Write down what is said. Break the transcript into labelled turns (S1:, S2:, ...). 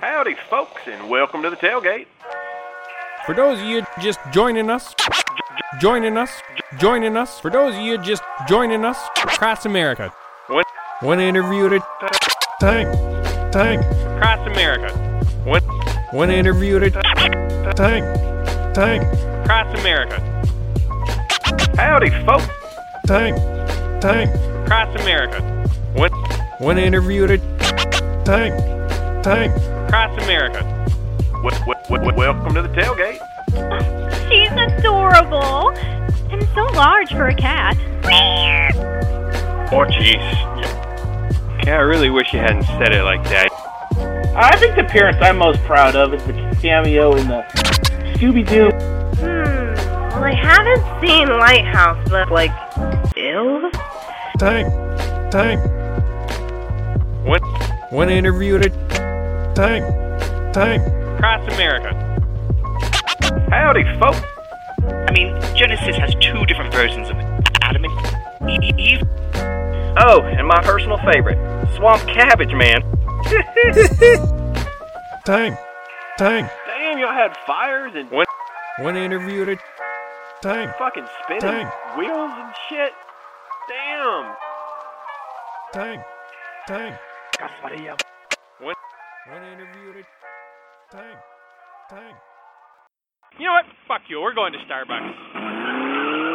S1: Howdy, folks, and welcome to the tailgate.
S2: For those of you just joining us, joining us, joining us, for those of you just joining us across America,
S1: One,
S2: one interview at a
S3: Tank, tank,
S2: across America,
S1: one,
S2: one interview at a
S3: tank, tank,
S2: across America,
S1: howdy, folks,
S3: tank, tank,
S2: across America,
S1: one,
S2: one interview at a
S3: tank, tank.
S2: across America.
S1: w- w- w- welcome to the tailgate.
S4: She's adorable and so large for a cat.
S1: Oh, jeez. Yeah, I really wish you hadn't said it like that.
S5: I think the appearance I'm most proud of is the cameo in the Scooby Doo.
S4: Hmm. Well, I haven't seen Lighthouse, but like, ew.
S3: Tank, tank,
S1: One,
S2: One interview at a
S3: tank, tank,
S2: across America.
S1: howdy, folks.
S6: I mean, Genesis has two different versions of Adam and E- E- Eve.
S1: Oh, and my personal favorite, Swamp Cabbage Man.
S3: tank, tank,
S1: Damn, y'all had fires and one
S2: One interview at a
S3: tank,
S1: fucking spinning
S3: Dang.
S1: wheels and shit. Damn.
S3: tank, tank,
S2: one interview at a.
S3: tank, tank.
S2: You know what? Fuck you. We're going to Starbucks.